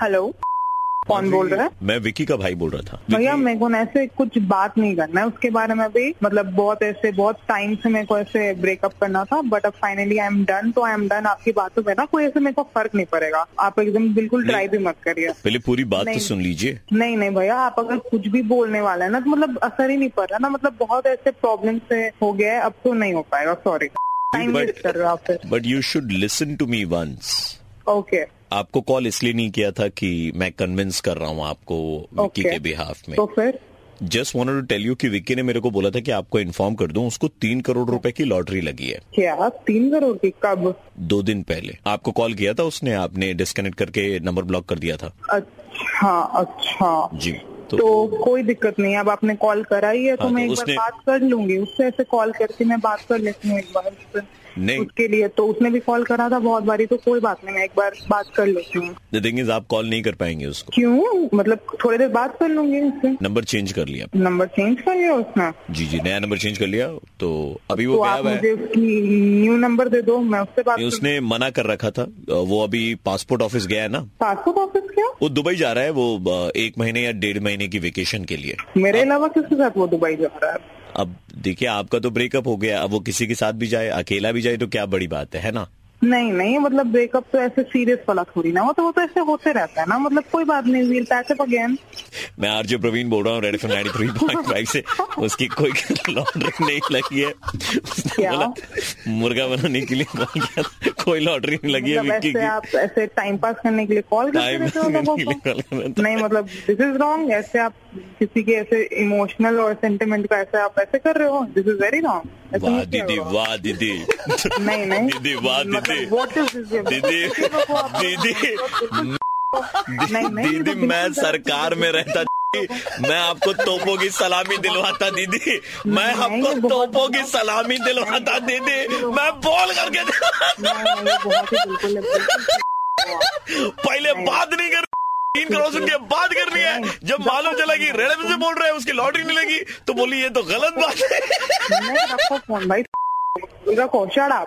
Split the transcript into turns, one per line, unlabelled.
हाँ
कौन बोल रहे हैं
मैं विकी का भाई बोल रहा था
भैया मेरे को ना ऐसे कुछ बात नहीं करना है उसके बारे में भी मतलब बहुत ऐसे बहुत टाइम से मेरे को ऐसे ब्रेकअप करना था बट अब फाइनली आई एम डन तो आई एम डन आपकी बातों में ना कोई ऐसे मेरे को फर्क नहीं पड़ेगा आप एकदम बिल्कुल
नहीं।
ट्राई भी मत करिए
पहले पूरी बात तो
नहीं।
सुन लीजिए
नहीं नहीं भैया आप अगर कुछ भी बोलने वाले हैं ना तो मतलब असर ही नहीं पड़ रहा ना मतलब बहुत ऐसे प्रॉब्लम से हो गया है अब तो नहीं हो पाएगा सॉरी टाइम
but-
वेस्ट कर रहे हो आप फिर
but you should listen to me once
okay
आपको कॉल इसलिए नहीं किया था कि मैं कन्विंस कर रहा हूँ आपको विकी
Okay.
के बिहाफ में
तो फिर
just wanted to tell you कि विकी ने मेरे को बोला था कि आपको इन्फॉर्म कर दूं उसको तीन करोड़ रुपए की लॉटरी लगी है
क्या तीन करोड़ की कब
दो दिन पहले आपको कॉल किया था उसने आपने डिस्कनेक्ट करके नंबर ब्लॉक कर दिया था
अच्छा अच्छा
जी
तो कोई दिक्कत नहीं है, अब आपने कॉल करा ही है तो
हाँ,
मैं
तो
एक बार
उसने-
बात कर लूंगी उससे ऐसे कॉल करके मैं बात कर लेती हूँ एक बार उससे
नहीं।
उसके लिए तो उसने भी कॉल करा था बहुत बारी तो कोई बात नहीं मैं एक बार बात कर लेती हूँ
द थिंग इज आप कॉल नहीं कर पाएंगे उसको
क्यों मतलब थोड़ी देर बात कर लूंगी उससे
नंबर चेंज कर लिया
नंबर चेंज कर लिया उसने
जी जी नया नंबर चेंज कर लिया तो अभी वो
तो
गया
आप
तो हुआ है
मुझे उसकी न्यू नंबर दे दो मैं उससे बात
नहीं, उसने मना कर रखा था अ, वो अभी पासपोर्ट ऑफिस गया है ना
पासपोर्ट ऑफिस क्या
वो दुबई जा रहा है वो अ, एक महीने या डेढ़ महीने की वेकेशन के लिए
मेरे अलावा किसके साथ वो दुबई जा रहा है
अब देखिए आपका तो ब्रेकअप हो गया अब वो किसी के साथ भी जाए अकेला भी जाए तो क्या बड़ी बात है है ना
नहीं नहीं मतलब ब्रेकअप तो ऐसे सीरियस वाला थोड़ी ना वो तो वो तो ऐसे होते रहता है ना मतलब कोई बात नहीं वील पैचअप अगेन
मैं आरजे प्रवीण बोल रहा हूँ रेड एफ 93.5 से उसकी कोई लॉटरी नहीं लगी है उसने
क्या?
बोला मुर्गा बनाने के लिए कॉल किया था। कोई लॉटरी नहीं लगी है
मतलब
विक्की
ऐसे
की
आप ऐसे टाइम पास करने के लिए कॉल करते
Time
रहते हो
करने तो।
लोगों
के लिए call करना
को
होता
नहीं मतलब दिस इज रॉन्ग ऐसे आप किसी के ऐसे इमोशनल और सेंटिमेंट का ऐसे आप ऐसे कर रहे हो दिस इज वेरी रॉन्ग
वाह दीदी वाह दीदी
नहीं नहीं मतलब
दीदी, वाह, दीदी।
व्हाट इज दिस
दीदी दीदी
नहीं नहीं ये तो
दीदी
बिल्कुल
मैं
गलत
सरकार में रहता मैं आपको तोपों की सलामी दिलवाता दीदी मैं
नहीं, ये
आपको
बहुत
तोपों की सलामी दिलवाता दीदी मैं बोल करके दिलवाता।
नहीं, नहीं, ये बहुत ही बिल्कुल
पहले बात नहीं कर तीन करोड़ सुन के बात करनी है जब मालूम चला कि रेडम से बोल रहे हैं उसकी लॉटरी नहीं लगी तो बोली ये तो गलत बात है
नहीं रखो फोन भाई रखो शट आप